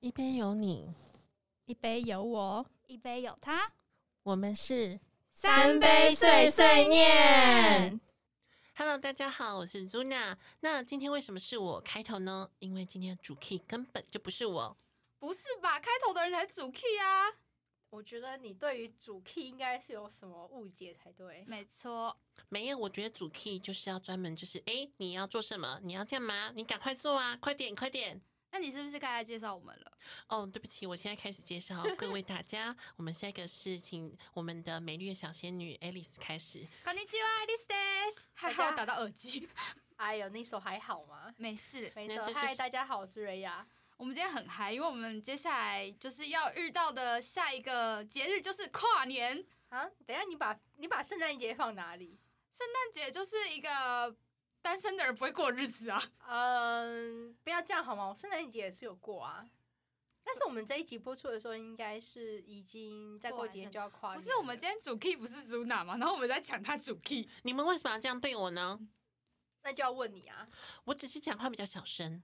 一边有你，一杯有我，一杯有他，我们是。三杯碎碎念。 Hello，大家好，我是 Zuna。那今天为什么是我开头呢？因为今天的主 key 根本就不是我。不是吧？开头的人才主 key 啊！我觉得你对于主 key 应该是有什么误解才对。没错，没有，我觉得主 key 就是要专门就是，诶，你要做什么？你要干嘛？你赶快做啊！快点，快点！那你是不是该来介绍我们了？哦，对不起，我现在开始介 绍各位大家。我们下一个是请我们的美丽的小仙女 Alice 开始。こんにちは，this is。还好打到耳机。哎呦，那首还好吗？ 没事，没那这错。是嗨，大家好，我是瑞亚。我们今天很嗨，因为我们接下来就是要遇到的下一个节日就是跨年。啊，等一下你把你把圣诞节放哪里？圣诞节就是一个单身的人不会过日子啊。嗯，不要这样好吗？我圣诞节也是有过啊，但是我们这一集播出的时候，应该是已经再过过完几天圣就要跨年不了。是，我们今天主 key 不是 Zuna 嘛？然后我们在抢他主 key。你们为什么要这样对我呢？那就要问你啊，我只是讲话比较小声，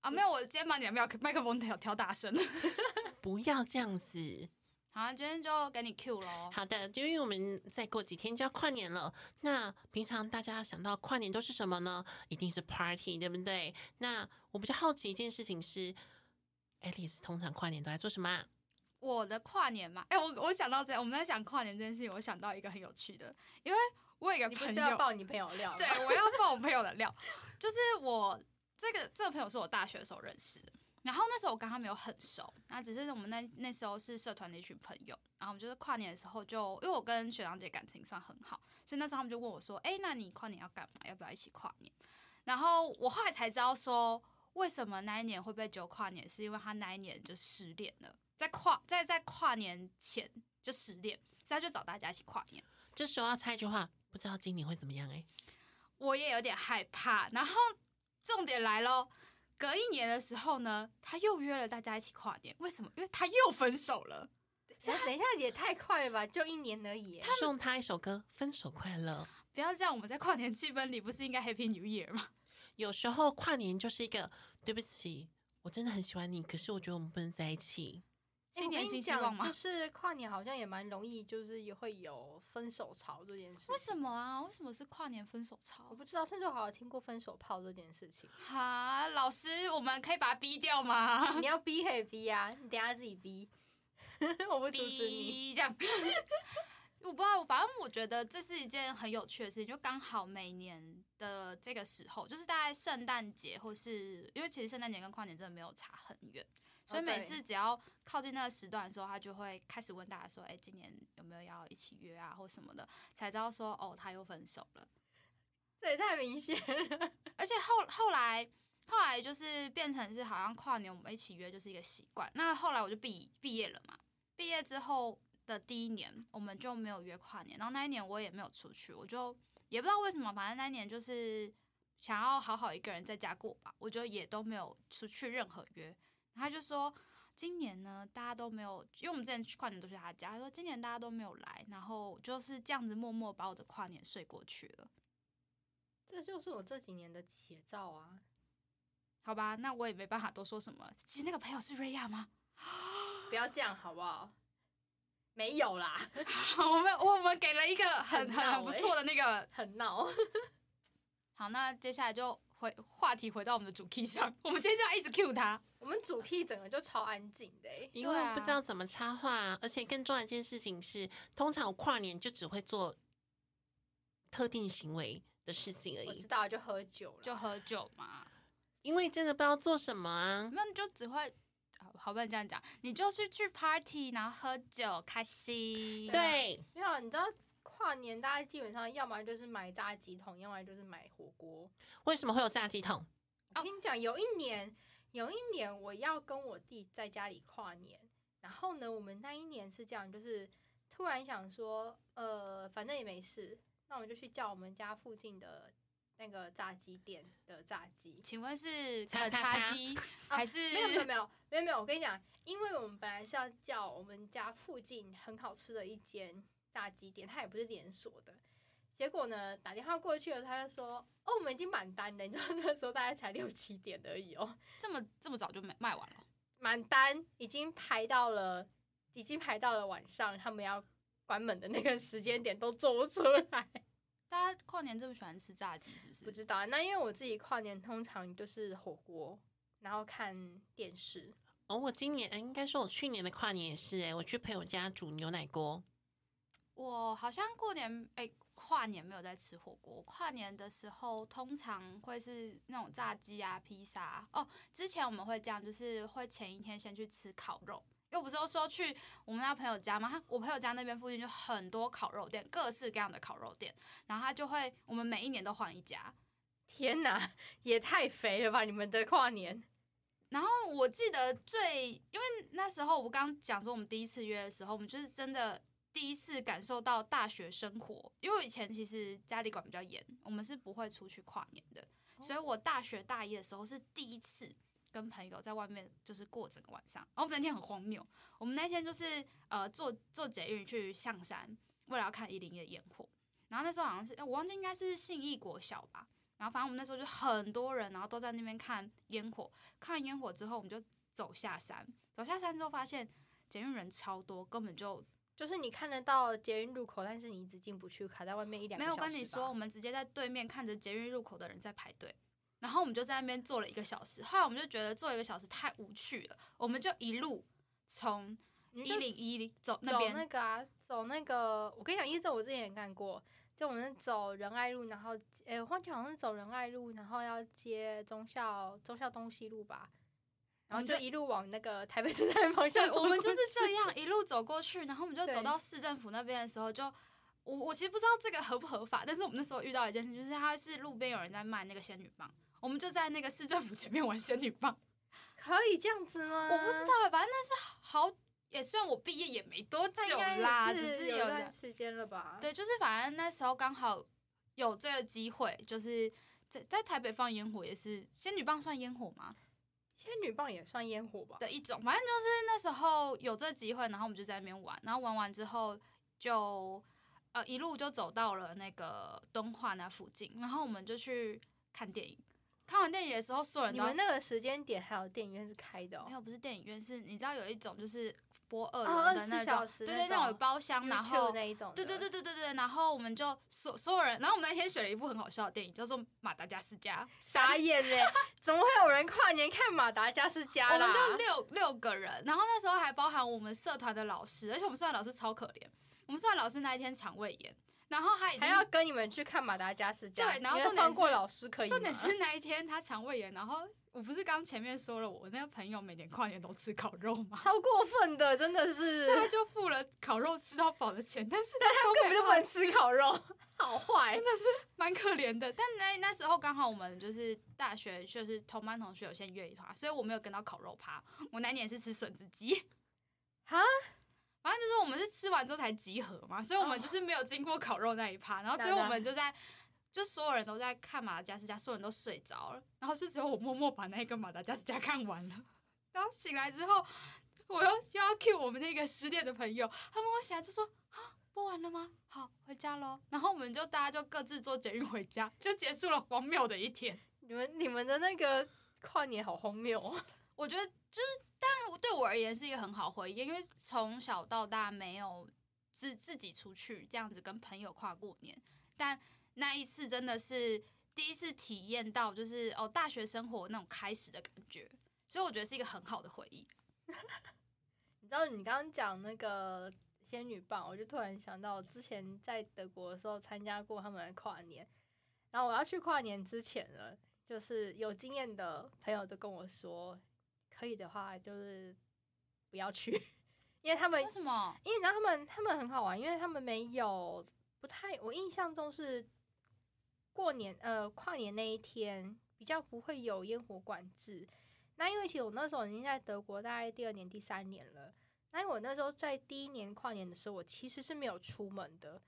啊，没有，我今天把你的麦克麦克风调调大声。不要这样子。 好，今天就给你 Q 喽。好的，就因为我们再过几天就要跨年了，那平常大家想到跨年都是什么呢？一定是 party，对不对？那我比较好奇一件事情是，Alice 通常跨年都在做什么、啊？我的跨年嘛，哎、我我想到这，我们在讲跨年这件事情，我想到一个很有趣的，因为我有一个你不朋是友要，爆你朋友料吗？ 对，我要爆我朋友的料，就是我这个这个朋友是我大学的时候认识的，然后那时候我跟他没有很熟，那只是我们那那时候是社团的一群朋友，然后我们就是跨年的时候就，因为我跟学长姐感情算很好，所以那时候他们就问我说，哎、那你跨年要干嘛？要不要一起跨年？然后我后来才知道说，为什么那一年会被揪跨年，是因为他那一年就失恋了，在跨在在跨年前就失恋，所以他就找大家一起跨年。这时候要猜一句话，不知道今年会怎么样、欸？我也有点害怕。然后重点来喽，隔一年的时候呢，他又约了大家一起跨年，为什么？因为他又分手了。啊等一下等一下也太快了吧，就一年而已耶。送他一首歌，《分手快乐》。不要这样，我们在跨年气氛里不是应该 Happy New Year 吗？有时候跨年就是一个，对不起，我真的很喜欢你，可是我觉得我们不能在一起。欸新年我跟新你希望讲，吗 就？是跨年好像也蛮容易，就是也会有分手潮这件事。为什？么啊？为什么是跨年分手潮我？不知道，甚至我好像听过分手炮这件事 情。哈，老师，我们可以把他逼掉吗？你要逼可以逼啊，你等一下自己逼， 我不阻止你。逼这样。 我不知道，反正我觉得这是一件很有趣的事情，就刚好每年的这个时候，就是大概圣诞节或是因为其实圣诞节跟跨年真的没有差很远，所以哦对每次只要靠近那个时段的时候，他就会开始问大家说：“哎、今年有没有要一起约啊，或什么的？”才知道说哦，他又分手了。这也太明显了。 而且后后来后来就是变成是好像跨年我们一起约就是一个习惯。那后来我就毕毕业了嘛，毕业之后的第一年我们就没有约跨年，然后那一年我也没有出去，我就也不知道为什么，反正那一年就是想要好好一个人在家过吧，我就也都没有出去任何约。他就说。今年呢，大家都没有，因为我们之前去跨年都去他家，他说今年大家都没有来，然后就是这样子默默把我的跨年睡过去了。这就是我这几年的写照啊！好吧，那我也没办法多说什么。其实那个朋友是瑞亚吗？ 不要这样好不好？没有啦， 我们我们给了一个很很很闹欸很不错的那个。很闹。 好，那接下来就回话题回到我们的主 key 上，我们今天就要一直 cue 他。我们主 key 整个就超安静的、欸，因对为啊不知道怎么插话，而且更重要的一件事情是，通常我跨年就只会做特定行为的事情而我知已，道就喝酒了，就喝酒嘛，因为真的不知道做什么啊。没有你就只会。好好不能这样讲，你就是去 party，然后喝酒开心。对啊对，没有，你知道跨年大家基本上要么就是买炸鸡桶，要么就是买火锅。为什么会有炸鸡桶？我跟你讲，有一年，有一年我要跟我弟在家里跨年，然后呢，我们那一年是这样，就是突然想说，呃，反正也没事，那我们就去叫我们家附近的那个炸鸡店的炸鸡。请问是叉肯叉叉叉鸡还是啊没有没有没有没有没有，我跟你讲，因为我们本来是要叫我们家附近很好吃的一间炸鸡店，它也不是连锁的。结果呢，打电话过去了，他就说：“哦，我们已经满单了。”你知道那时候大概才六七点而已哦。这么这么早就卖卖完了？满单已经排到了，已经排到了晚上，他们要关门的那个时间点都做不出来。大家跨年这么喜欢吃炸鸡，是不是？不知道，啊那因为我自己跨年通常就是火锅，然后看电视。哦，我今年呃应该说，我去年的跨年也是诶、我去朋友家煮牛奶锅，我好像过年哎、跨年没有在吃火锅，跨年的时候通常会是那种炸鸡啊、披萨啊、哦。之前我们会这样，就是会前一天先去吃烤肉，因为我不是都说去我们那朋友家嘛，他我朋友家那边附近就很多烤肉店，各式各样的烤肉店，然后他就会我们每一年都换一家，天哪，也太肥了吧！你们的跨年然后我记得最，因为那时候我刚讲说我们第一次约的时候，我们就是真的第一次感受到大学生活。因为我以前其实家里管比较严，我们是不会出去跨年的，所以我大学大一的时候是第一次跟朋友在外面就是过整个晚上。然后我们那天很荒谬，我们那天就是呃坐坐捷运去象山，为了要看一零一的烟火。然后那时候好像是呃我忘记应该是信义国小吧，然后反正我们那时候就很多人，然后都在那边看烟火。看完烟火之后，我们就走下山。走下山之后，发现捷运人超多，根本就就是你看得到捷运入口，但是你一直进不去，卡在外面一两没个有小跟时你吧说，我们直接在对面看着捷运入口的人在排队。然后我们就在那边坐了一个小时，后来我们就觉得坐一个小时太无趣了，我们就一路从你一就零一零走那走边，那个啊，走那个，我跟你讲，因为这我之前也干过，就我们走仁爱路，然后诶，我忘记好像是走仁爱路，然后要接忠孝忠孝东西路吧，然我后们就就一路往那个台北车站方向对，走我们过就是去这样一路走过去，然后我们就走对到市政府那边的时候就，我我其实不知道这个合不合法，但是我们那时候遇到一件事，就是他是路边有人在卖那个仙女棒，我们就在那个市政府前面玩仙女棒，可以这样子吗？我不知嗯道欸，反正那是好，也虽然我毕业也没多那久应该也啦，只是是有一有段点时间了吧？，对，就是反正那时候刚好有这个机会，就是在在台北放烟火也是仙女棒算烟火吗？仙女棒也算烟火吧？的一种，反正就是那时候有这机会，然后我们就在那边玩，然后玩完之后就呃一路就走到了那个敦化那附近，然后我们就去看电影。看完电影的时候，所有人你都们那个时间点还有电影院是开的哦没。有不是电影院，是你知道有一种就是播二哦轮的24那种，小时对那对，那种有种包厢，然 YouTube 后那一种，对对对，对对对，然后我们就所所有人，然后我们那天选了一部很好笑的电影，叫做《马达加斯加》，傻眼嘞！ 怎么会有人跨年看马达加斯加我啦？们就六六个人，然后那时候还包含我们社团的老师，而且我们社团老师超可怜，我们社团老师那一天肠胃炎，然后他已经还要跟你们去看马达加斯加，对然后你会重点放过是老师可以吗，重点是那一天他肠胃炎，然后我不是刚前面说了我，那个朋友每年跨年都吃烤肉吗？超过分的，真的是所以他就付了烤肉吃到饱的钱，但是他 都根本没就不能办法吃烤 肉，好坏真。的是蛮可怜的。但那那时候刚好我们就是大学就是同班同学有先约一团，所以我没有跟到烤肉趴，我那年是吃笋子鸡。哈，反正就是我们是吃完之后才集合嘛，所以我们就是没有经过烤肉那一趴，然后最后我们就在。就所有人都在看马达加斯加，所有人都睡着了，然后就只有我默默把那个马达加斯加看完了。然后醒来之后，我又又要 cue 我们那个失恋的朋友，他们我醒来就说啊，播完了吗？好，回家喽。然后我们就大家就各自坐捷运回家，就结束了荒谬的一天。你们你们的那个跨年好荒谬哦， 我觉得就是，但对我而言是一个很好回忆，因为从小到大没有自自己出去这样子跟朋友跨过年，但那一次真的是第一次体验到，就是哦大学生活那种开始的感觉，所以我觉得是一个很好的回忆。你知道你刚刚讲那个仙女棒，我就突然想到，我之前在德国的时候参加过他们的跨年，然后我要去跨年之前呢，就是有经验的朋友都跟我说，可以的话就是不要去， 因为他们为什么？因为然后他们他们很好玩，因为他们没有不太，我印象中是过年呃跨年那一天比较不会有烟火管制。那因为其实我那时候已经在德国大概第二年第三年了，那因为我那时候在第一年跨年的时候，我其实是没有出门的，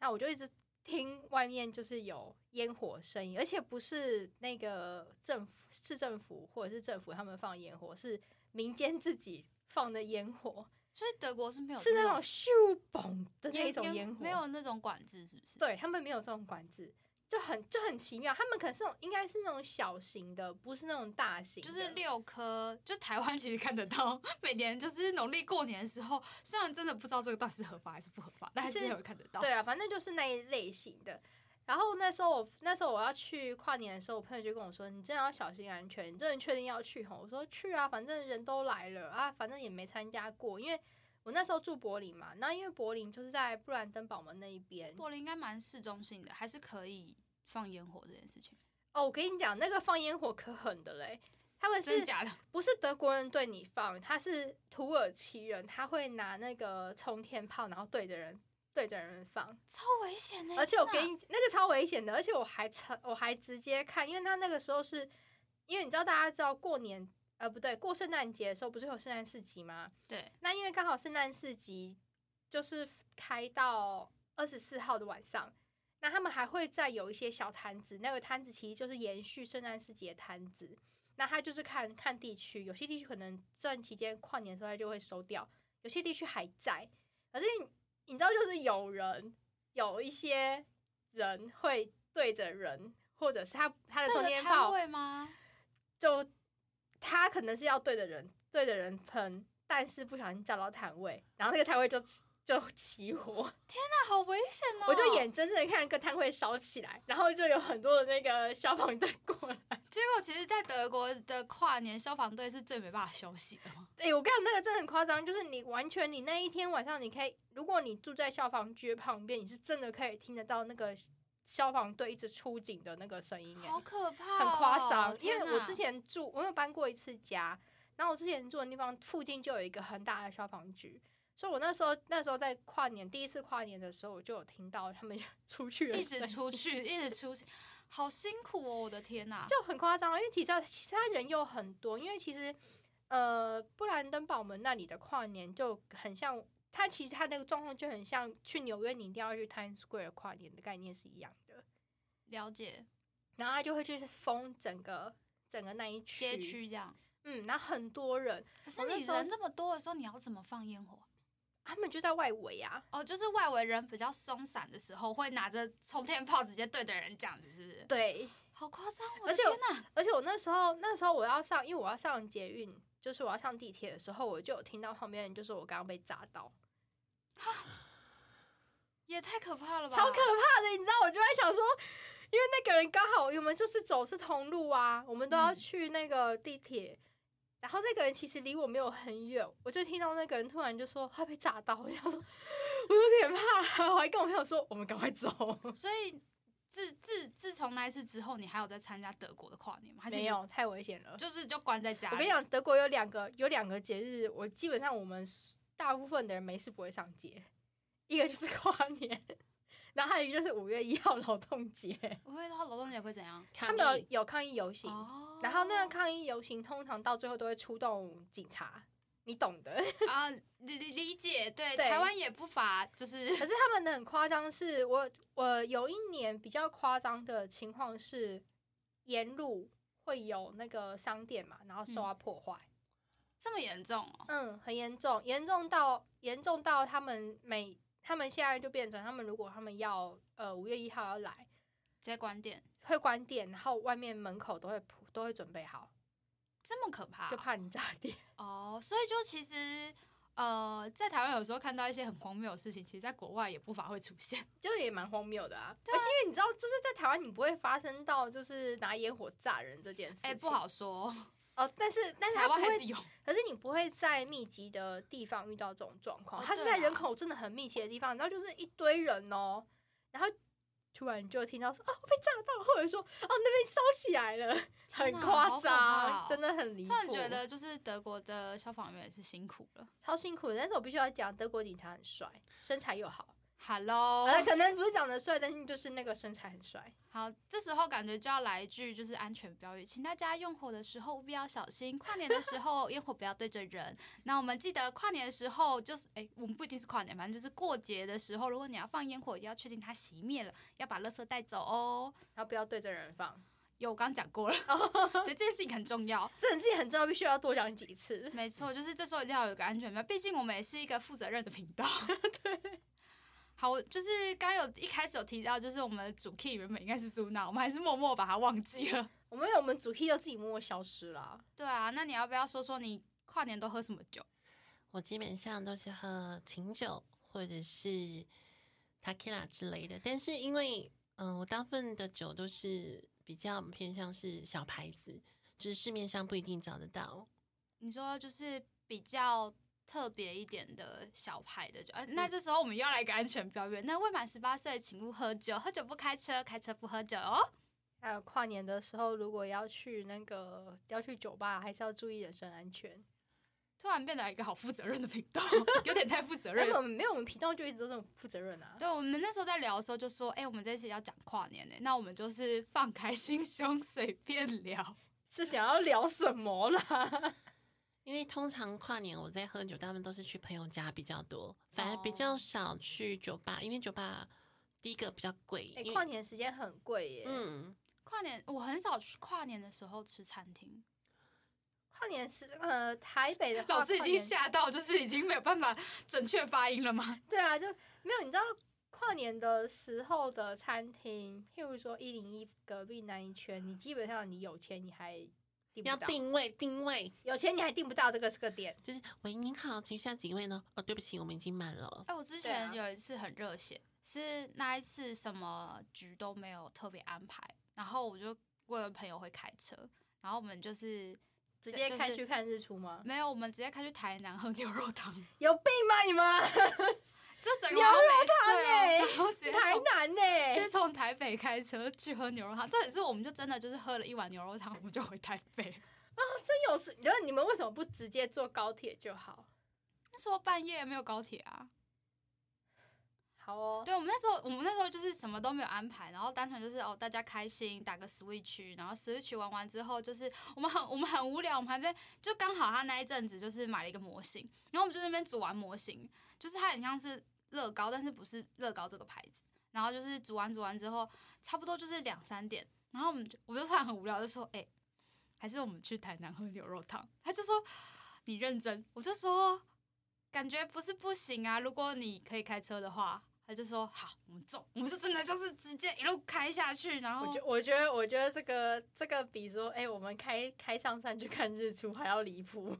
那我就一直听外面就是有烟火声音，而且不是那个政府市政府或者是政府他们放烟火，是民间自己放的烟火。所以德国是没有是那种种咻嘣的那种烟火，没有那种管制，是不是？对他们没有这种管制。就很就很奇妙，他们可能是那种应该是那种小型的，不是那种大型的，就是六颗，就是台湾其实看得到，每年就是农历过年的时候，虽然真的不知道这个到底是合法还是不合法，但还是是有看得到。对啊，反正就是那一类型的。然后那时候我那时候我要去跨年的时候，我朋友就跟我说：“你真的要小心安全，你真的确定要去吼？”我说：“去啊，反正人都来了啊，反正也没参加过，因为我那时候住柏林嘛。那因为柏林就是在布兰登堡门那一边。柏林应该蛮市中心的，还是可以放烟火这件事情，哦，我跟你讲，那个放烟火可狠的嘞，他们真是的假的？不是德国人对你放，他是土耳其人，他会拿那个冲天炮，然后对着人对着人放。超危险的、而且我天哪给你那个超危险的，而且我还查，我还直接看，因为他那个时候是，因为你知道大家知道过年，呃，不对，过圣诞节的时候不是有圣诞市集吗？对，那因为刚好圣诞市集就是开到二十四号的晚上，那他们还会再有一些小摊子，那个摊子其实就是延续圣诞市集的摊子，那他就是看看地区，有些地区可能这段期间跨年的时候他就会收掉，有些地区还在，可是你你知道就是有人有一些人会对着人，或者是他他的对冲着天摊炮位吗？就他可能是要对着人对着人喷，但是不小心照到摊位，然后那个摊位就起就起火，那好危险哦！我就眼睁睁地看那个摊位烧起来，然后就有很多的那个消防队过来。 结果其实，在德国的跨年，消防队是最没办法休息的嘛。哎、我跟你讲，那个真的很夸张，就是你完全你那一天晚上，你可以，如果你住在消防局旁边，你是真的可以听得到那个消防队一直出警的那个声音、哎。好可怕、哦很夸张，哦因天为我哪之前住，我有搬过一次家，然后我之前住的地方附近就有一个很大的消防局，所以我那时候那时候在跨年第一次跨年的时候，我就有听到他们 出去的一声直音，出去， 一直出去，好辛苦哦！我的天哪，就很夸张，啊因为其实其实他人又很多，因为其实呃布兰登堡门那里的跨年就很像。它其实它那个状况就很像去纽约，你一定要去 Times Square 跨年的概念是一样的，了解然后他就会去封整个整个那一区街，区这样。嗯，然后很多人，可我是那你时候人这么多的时候，你要怎么放烟火？他们就在外围啊，哦，就是外围人比较松散的时候，会拿着冲天炮直接对着人这样子，是不是？对，好夸张！哦我的而且天哪，而且我那时候那时候我要上，因为我要上捷运，就是我要上地铁的时候，我就有听到旁边人就说我刚刚被炸到，也太可怕了吧！超可怕的，你知道？我就在想说，因为那个人刚好我们就是走是同路啊，我们都要嗯去那个地铁。然后那个人其实离我没有很远，我就听到那个人突然就说他被炸到，我想说， 我有点怕，我还跟我朋友说我们赶快走。所以自自自从那一次之后，你还有在参加德国的跨年吗？还是你没，有，太危险了。就是就关在家里。我跟你讲，德国有两个有两个节日，我基本上我们大部分的人没事不会上街，一个就是跨年，然后还有一个就是五月一号劳动 节，我会到劳动节会怎样？他看们到有有抗议游行，哦然后那个抗议游行通常到最后都会出动警察，你懂的。 啊，理理理解，对，对台湾也不乏，就是 可是他们的很夸张，是我我有一年比较夸张的情况是，沿路会有那个商店嘛，然后受到破坏。这么严重哦。嗯，很严重，严重到严重到他们每他们现在就变成他们如果他们要呃五月一号要来，直接关店，会关店，然后外面门口都会铺都会准备好，这么可怕就怕你炸店。 哦。所以就其实。呃，在台湾有时候看到一些很荒谬的事情，其实在国外也不乏会出现。就也蛮荒谬的啊，而且因为你知道，就是在台湾你不会发生到就是拿烟火炸人这件事情，哎、不好说哦，哦。但是 但是台它湾不还会是有。可是你不会在密集的地方遇到这种状况，哦它是对在人啦口真的很密集的地方，然后就是一堆人哦，然后突然就听到说啊我被炸到，或者说哦那边烧起来了，很天哪夸好可怕张，哦真的很离谱。突然觉得就是德国的消防员也是辛苦了。超辛苦的，但是我必须要讲，德国警察很帅，身材又好， Hello，、呃，可能不是长得帅，但是就是那个身材很帅。好，这时候感觉就要来一句就是安全标语，请大家用火的时候务必要小心，跨年的时候烟火不要对着人。那我们记得跨年的时候就是，哎、我们不一定是跨年，反正就是过节的时候，如果你要放烟火，一定要确定它熄灭了，要把垃圾带走哦。然后不要对着人放，有，我刚刚讲过了，对，这件事情很重要。这件事情很重要，必须要多讲几次。 没错，就是这时候一定要有一个安全标，毕竟我们也是一个负责任的频道。对。好，我就是刚有一开始有提到，就是我们的主 key 原本应该是朱娜，我们还是默默把它忘记了。我们我们主 key 就自己默默消失了啊。对啊，那你要不要说说你跨年都喝什么酒？我基本上都是喝琴酒或者是 t a k i l a 之类的，但是因为嗯、呃我大部分的酒都是比较偏向是小牌子，就是市面上不一定找得到。你说就是比较特别一点的小牌的酒，呃，那这时候我们又要来一个安全标语，那未满十八岁请勿喝酒，喝酒不开车，开车不喝酒哦。还有跨年的时候，如果要去那个要去酒吧，还是要注意人身安全。突然变得一个好负责任的频道， 有点太负责没任有我了。们没有，我们频道就一直都这么负责任啊。对，我们那时候在聊的时候就说，哎、我们这期要讲跨年呢、那我们就是放开心胸，随便聊。是想要聊什么 啦？因为通常跨年我在喝酒，他们都是去朋友家比较多，反而比较哦少去酒吧，因为酒吧第一个比较贵，哎、因为跨年时间很贵耶。嗯，跨年我很少去跨年的时候吃餐厅，跨年是呃台北的话老师已跨经年吓到，就是已经没有办法准确发音了吗？对啊，就没有你知道跨年的时候的餐厅，譬如说一零一隔壁南一圈，你基本上你有钱你还订不要到，定位定位，有钱你还订不到这个这个点。就是喂您好，请问下几位呢？哦，对不起，我们已经满了。哎、我之对啊前有一次很热血，是那一次什么局都没有特别安排，然后我就问了朋友会开车，然后我们就是直接就是开去看日出吗？没有，我们直接开去台南喝牛肉汤，有病吗你们？就整个牛晚上肉汤没睡哦欸然后直接 台从南欸呢、直接从台北开车去喝牛肉汤，重点是我们就真的就是喝了一碗牛肉汤，我们就回台北。真有事？你觉得你们为什么不直接坐高铁就好？那时候半夜没有高铁啊，好哦，对，我们那时候，我们那时候就是什么都没有安排，然后单纯就是哦，大家开心打个 Switch，然后 Switch 玩完之后，就是我们很我们很无聊，我们还在就刚好他那一阵子就是买了一个模型，然后我们就在那边组完模型，就是它很像是乐高，但是不是乐高这个牌子。然后就是组完组完之后，差不多就是两三点，然后我们就我就突然很无聊，就说哎、还是我们去台南喝牛肉汤。他就说你认真，我就说感觉不是不行啊，如果你可以开车的话，他就说好，我们走，我们就真的就是直接一路开下去，然我后觉我觉得我觉得这个这个比说，哎、我们开开上山去看日出还要离谱。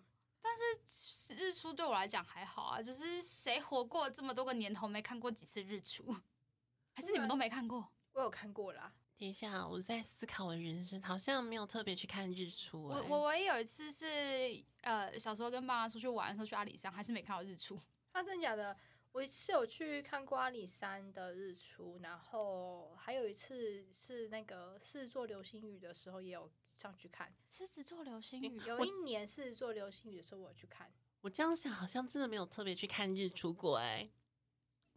日出对我来讲还好啊，就是谁活过这么多个年头没看过几次日出， 还是你们都没看过？我有看过啦，等一下，我在思考我的人生，好像没有特别去看日出、我欸。我唯一有一次是呃小时候跟爸妈出去玩的时候去阿里山，还是没看到日出。 啊，真的假的？我是有去看过阿里山的日出，然后还有一次是那个狮子座流星雨的时候也有上去看。狮子座流星雨有一年狮子座流星雨的时候我有去看，我这样想，好像真的没有特别去看日出过、欸。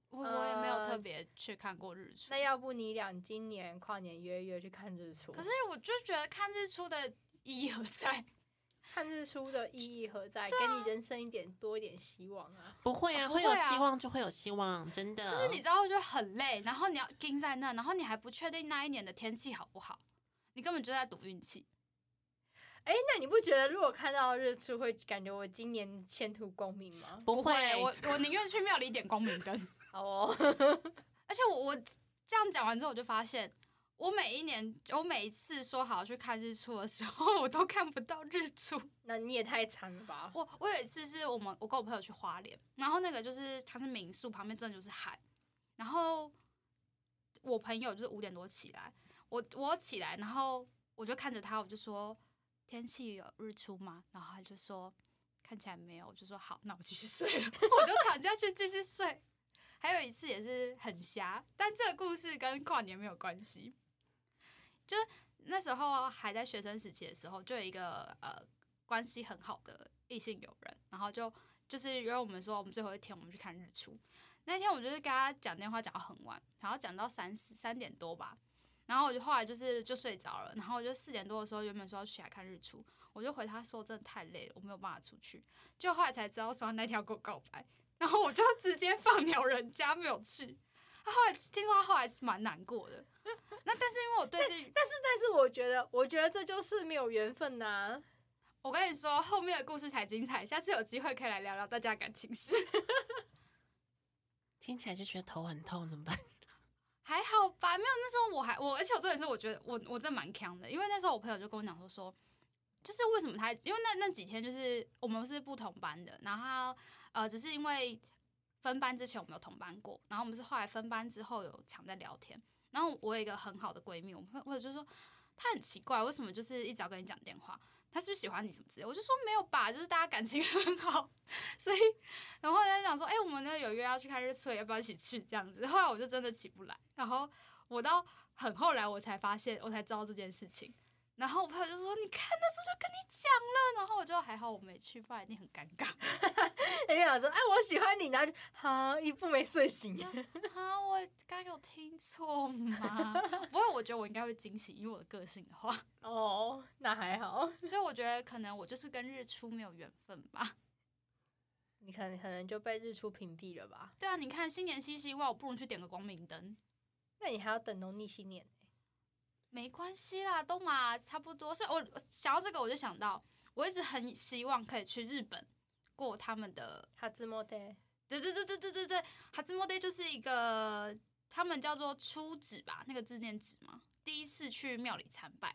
我我也没有呃特别去看过日出那。要不你俩今年跨年约一约去看日出？可是我就觉得看日出的意义何 在？看日出的意义何在？给你人生一点多一点希望啊！不会啊，哦不会有会啊希望就会有希望，真的。就是你知道就很累，然后你要盯在那，然后你还不确定那一年的天气好不好，你根本就在赌运气。哎、那你不觉得如果看到日出会感觉我今年前途光明吗？不会，我我宁愿去庙里点光明灯。 好哦， 而且我我这样讲完之后，我就发现，我每一年，我每一次说好去看日出的时候，我都看不到日出。那你也太惨了吧！我我有一次是我们我跟我朋友去花莲，然后那个就是它是民宿旁边真的就是海，然后我朋友就是五点多起来，我我起来，然后我就看着他，我就说天气有日出吗？然后他就说看起来没有，我就说好，那我继续睡了， 我就躺下去继续睡。还有一次也是很瞎，但这个故事跟跨年没有关系。就是那时候还在学生时期的时候，就有一个呃关系很好的异性友人，然后就就是约我们说，我们最后一天我们去看日出。那天我就是跟他讲电话讲到很晚，然后讲到三四三点多吧，然后我就后来就是就睡着了，然后我就四点多的时候原本说要起来看日出，我就回他说真的太累了，我没有办法出去，就后来才知道说他那天要跟我告白，然后我就直接放鸟人家没有去。他后来听说他后来是蛮难过的，那但是因为我对这但是我觉得，我觉得这就是没有缘分呐、 我跟你说，后面的故事才精彩，下次有机会可以来聊聊大家的感情事。听起来就觉得头很痛，怎么办？ 还好吧，没有那时候我还我，而且我重点是我觉得我我真的蛮强的，因为那时候我朋友就跟我讲说说，就是为什么他，因为那那几天就是我们是不同班的，然后他呃只是因为分班之前我们有同班过，然后我们是后来分班之后有常在聊天，然后我有一个很好的闺蜜，我朋我就说她很奇怪，为什么就是一直要跟你讲电话。她是不是喜欢你什么之类的？我就说没有吧，就是大家感情很好， 所以然后人家讲说，哎、我们呢有约要去看日出，要不要一起去这样子？后来我就真的起不来，然后我到很后来我才发现，我才知道这件事情。然后我朋友就说：“你看那时候就跟你讲了。”然后我就还好我没去，不然一定很尴尬。 人家想说，哎，我喜欢你，然后就哈一步没睡醒。啊，我刚有听错吗？ 不过我觉得我应该会惊喜，以我的个性的话， 哦，那还好， 所以我觉得可能我就是跟日出没有缘分吧。你可能可能就被日出屏蔽了吧？对啊，你看新年新希望，我不如去点个光明灯。那你还要等农历新年。没关系啦，都嘛差不多。所以我想到这个，我就想到，我一直很希望可以去日本过他们的，哈兹莫德，对对对对对对对，哈兹莫德就是一个他们叫做初指吧，那个字念指嘛。第一次去庙里参拜，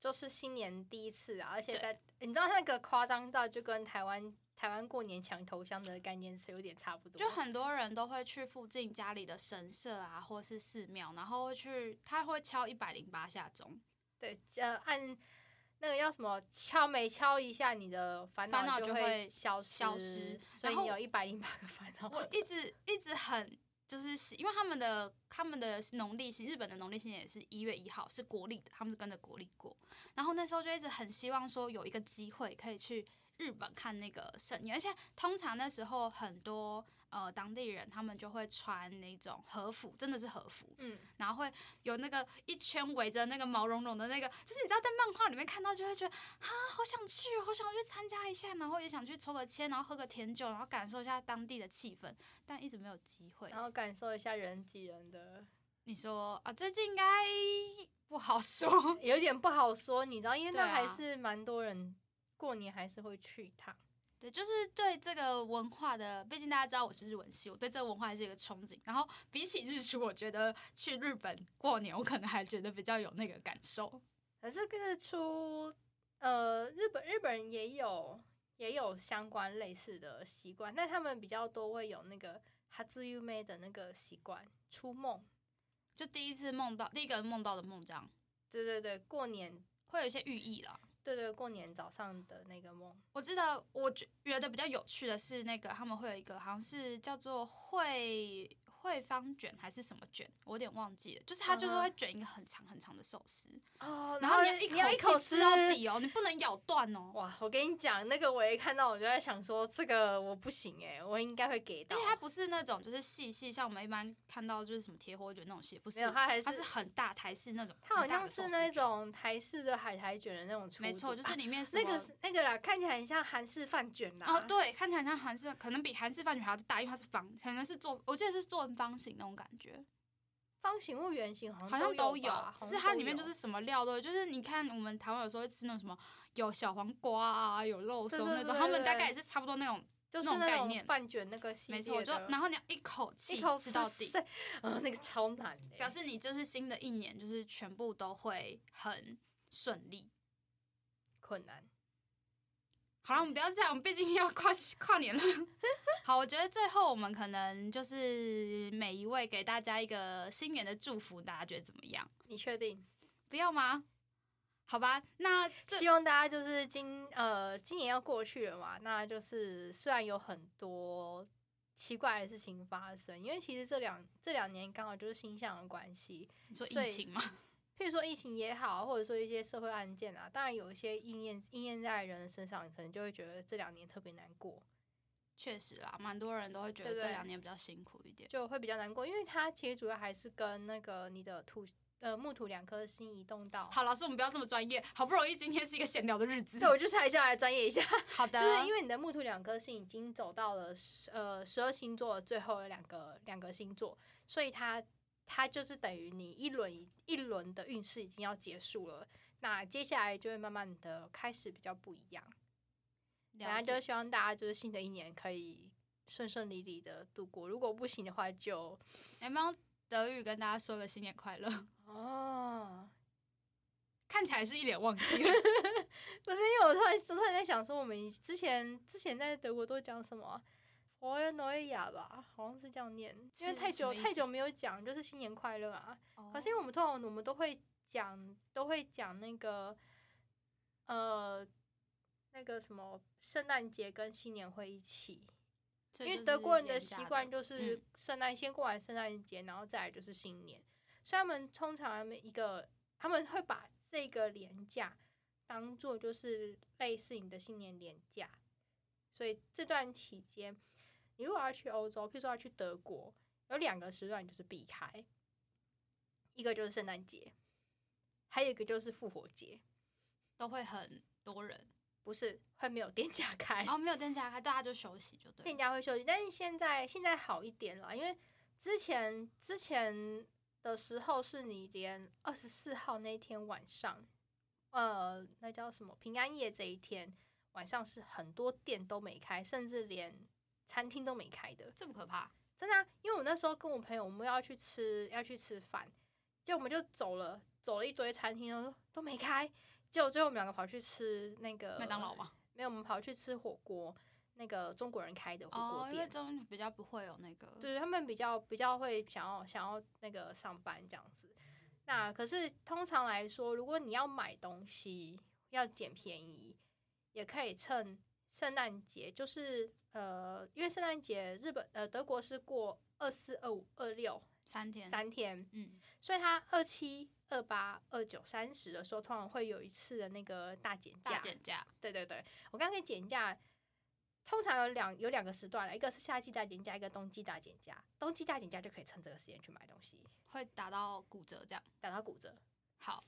就是新年第一次啊，而且对在你知道那个夸张到就跟台湾台湾过年抢头香的概念是有点差不多，就很多人都会去附近家里的神社啊，或是寺庙，然后会去，他会敲一百零八下钟，对，呃，按那个叫什么敲每敲一下，你的烦烦恼就就会消消失所以然后你有一百零八个烦恼。嗯我一直一直很就是喜因为他们的他们的农历新日本的农历新年也是一月一号，是国历的，他们是跟着国历过。然后那时候就一直很希望说有一个机会可以去日本看那个圣女，而且通常那时候很多呃当地人他们就会穿那种和服，真的是和服，嗯，然后会有那个一圈围着那个毛茸茸的那个，就是你知道在漫画里面看到就会觉得啊，好想去，好想去参加一下，然后也想去抽个签，然后喝个甜酒，然后感受一下当地的气氛，但一直没有机会。然后感受一下人挤人的，你说啊，最近应该不好说，有点不好说，你知道，因为对那还啊是蛮多人过年还是会去一趟。对，就是对这个文化的，毕竟大家知道我是日文系，我对这个文化还是一个憧憬。然后比起日出，我觉得去日本过年，我可能还觉得比较有那个感受。可是跟着出，呃，日本日本人也有也有相关类似的习惯，但他们比较多会有那个哈兹优妹的那个习惯，出梦。就第一次梦到，第一个梦到的梦这样，对对对，过年，会有一些寓意啦。对对，过年早上的那个梦。我记得我觉觉得比较有趣的是，那个他们会有一个好像是叫做惠惠方卷还是什么卷，我有点忘记了。就是它就是嗯哼会卷一个很长很长的寿司，哦然后你要你要一一口口气吃到底哦，你不能咬断哦。哇，我跟你讲，那个我一看到我就在想说，这个我不行诶、我应该会给而到且。它不是那种就是细细，像我们一般看到就是什么铁火卷那种细，不是没有，，它还它是是很大台式那种，它好很大像的寿是司那卷，种台式的海苔卷的那种粗度吧，啊没错，就是里面什那个么是啊那个啦，看起来很像韩式饭卷啦。哦，对，看起来像韩式，可能比韩式饭卷还要大，因为它是方，可能是做，我记得是做成方形那种感觉，方形或圆形好好像都有吧，好是像它都里面有就是什么料都有，就是你看我们台湾有时候会吃那种什么有小黄瓜啊，有肉对松对那对种，对他们大对概也是差不多那种，就是那种概那念种饭卷那个系没列错，就 的然后你要一口气一口吃到底，塞，呃，那个超 难的、表示你就是新的一年就是全部都会很顺利。困难。好了，我们不要这样，我们毕竟要跨 跨年了。好，我觉得最后我们可能就是每一位给大家一个新年的祝福，大家觉得怎么样？你确定？不要吗？好吧，那这希望大家就是今呃今年要过去了嘛，那就是虽然有很多奇怪的事情发生，因为其实这两这两年刚好就是星象的关系，你说所疫以情吗？譬如说疫情也好，啊或者说一些社会案件啊，当然有一些应验应验在人的身上，可能就会觉得这两年特别难过。确实啦，蛮多人都会觉得对不这对两年比较辛苦一点。就会比较难过，因为它其实主要还是跟那个你的土呃木土两颗星移动到。好，老师，我们不要这么专业，好不容易今天是一个闲聊的日子对，。我就是还是要来专业一下，好的，就是因为你的木土两颗星已经走到了十呃十二星座的最后的两个两个星座，所以它它就是等于你一轮一轮的运势已经要结束了，那接下来就会慢慢的开始比较不一样。了然后解就希望大家就是新的一年可以顺顺利利的度过。如果不行的话就，有没有哎德语跟大家说个新年快乐？哦，看起来是一脸忘记了。不是因为我突然突然在想说，我们以之前之前在德国都讲什么啊？佛耶诺耶亚吧，好像是这样念，因为是太什久么意思太久没有讲，就是新年快乐啊。 可是因为哦我们通常我们都会讲，都会讲那个，呃，那个什么圣诞节跟新年会一起，这因为就德是国人廉的价习惯就是嗯圣诞、先过完圣诞节，然后再来就是新年，所以他们通常他们一个他们会把这个年假当做就是类似你的新年年假，所以这段期间你如果要去欧洲，譬如说要去德国，有两个时段你就是避开，一个就是圣诞节，还有一个就是复活节，都会很多人，不是会没有 店家开，然后没有店家开，大家就休息就对哎店了。家会休息，但是现在现在好一点了，因为之前之前的时候是你连二十四号那一天晚上，呃，那叫什么平安夜这一天晚上是很多店都没开，甚至连餐厅都没开的，这么可怕？真的啊、因为我那时候跟我朋友我们要去吃要去吃饭，就我们就走了走了一堆餐厅，然后说都没开，结果最后我们两个跑去吃那个麦当劳吗？没有，我们跑去吃火锅，那个中国人开的火锅哦，因为店，中比较不会有那个，就是他们比较比较会想要想要那个上班这样子。那可是通常来说，如果你要买东西要捡便宜，也可以趁圣诞节，就是呃，因为圣诞节日本呃德国是过二四、二五、二六三天，三天，嗯，所以它二七、二八、二九、三十的时候，通常会有一次的那个大减价。大减价，对对对，我刚刚跟减价，通常有两有两个时段了，一个是夏季大减价，一个冬季大减价。冬季大减价就可以趁这个时间去买东西，会打到骨折这样。打到骨折。好，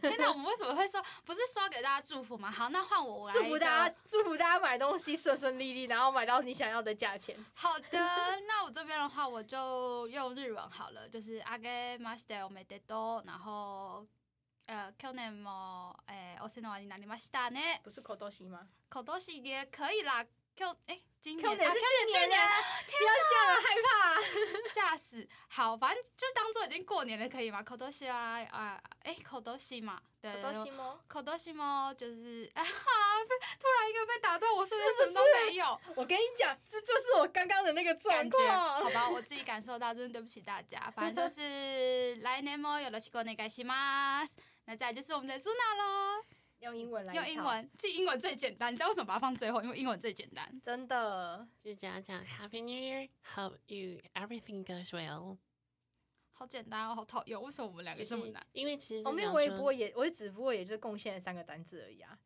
天哪，我们为什么会说不是说要给大家祝福吗？好，那换我，我来祝福一个大家，祝福大家买东西顺顺利利，然后买到你想要的价钱。好的，那我这边的话，我就用日文好了，就是あげましておめでとう，然后呃去年もえーお世話になりましたね。不是口多西吗？口头是也可以啦，去哎今年去年啊是去年去去年年啊不要这样，害怕。吓死！好，反正就当做已经过年了，可以吗？口头西啊啊哎口头西嘛，对口多西吗？口头西吗？就是 啊哈，被突然一个被打断，我是不是不是什么都是没有？我跟你讲，这就是我刚刚的那个状感觉，况。好吧，我自己感受到，真的对不起大家。反正就是来年もよろしくお願いします。那再来就是我们的 Zuna 喽， 用英文来，用英，文，其实英文最简单，你知道为什么把它放最后？因为英文最简单。真的。就是讲讲 Happy New Year, hope you everything goes well。好简单哦，好讨厌，为什么我们两就个是这么难？哦因为其实我没面有我也不会也，我也只不过也就贡献了三个单字而已啊。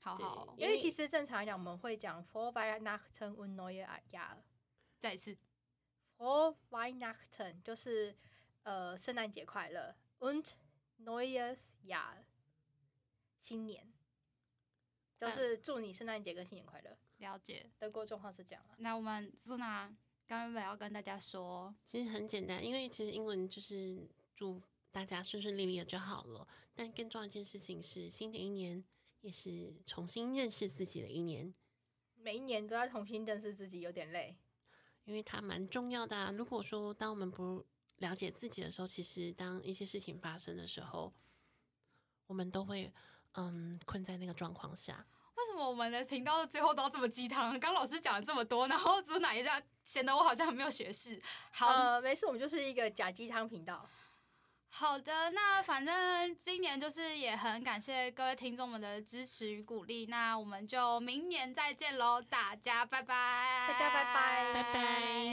好好，对因因为为其实正常来讲，我们会讲 for by nachten und neue Jahr。再一次， for by nachten 就是呃圣诞节快乐，und neues Jahr 新年，就是祝你圣诞节跟新年快乐。了解。德国状况是这样啊，那我们 Zuna 刚原本要跟大家说，其实很简单，因为其实英文就是祝大家顺顺利利的就好了。但更重要的一件事情是，新的一年也是重新认识自己的一年，每一年都要重新认识自己，有点累。因为它蛮重要的、啊。如果说当我们不了解自己的时候，其实当一些事情发生的时候，我们都会嗯困在那个状况下。为什么我们的频道最后都要这么鸡汤？刚老师讲了这么多，然后 Zuna 也这样，显得我好像很没有学识。好，呃，没事，我们就是一个假鸡汤频道。好的，那反正今年就是也很感谢各位听众们的支持与鼓励，那我们就明年再见喽，大家拜拜，大家拜拜拜拜。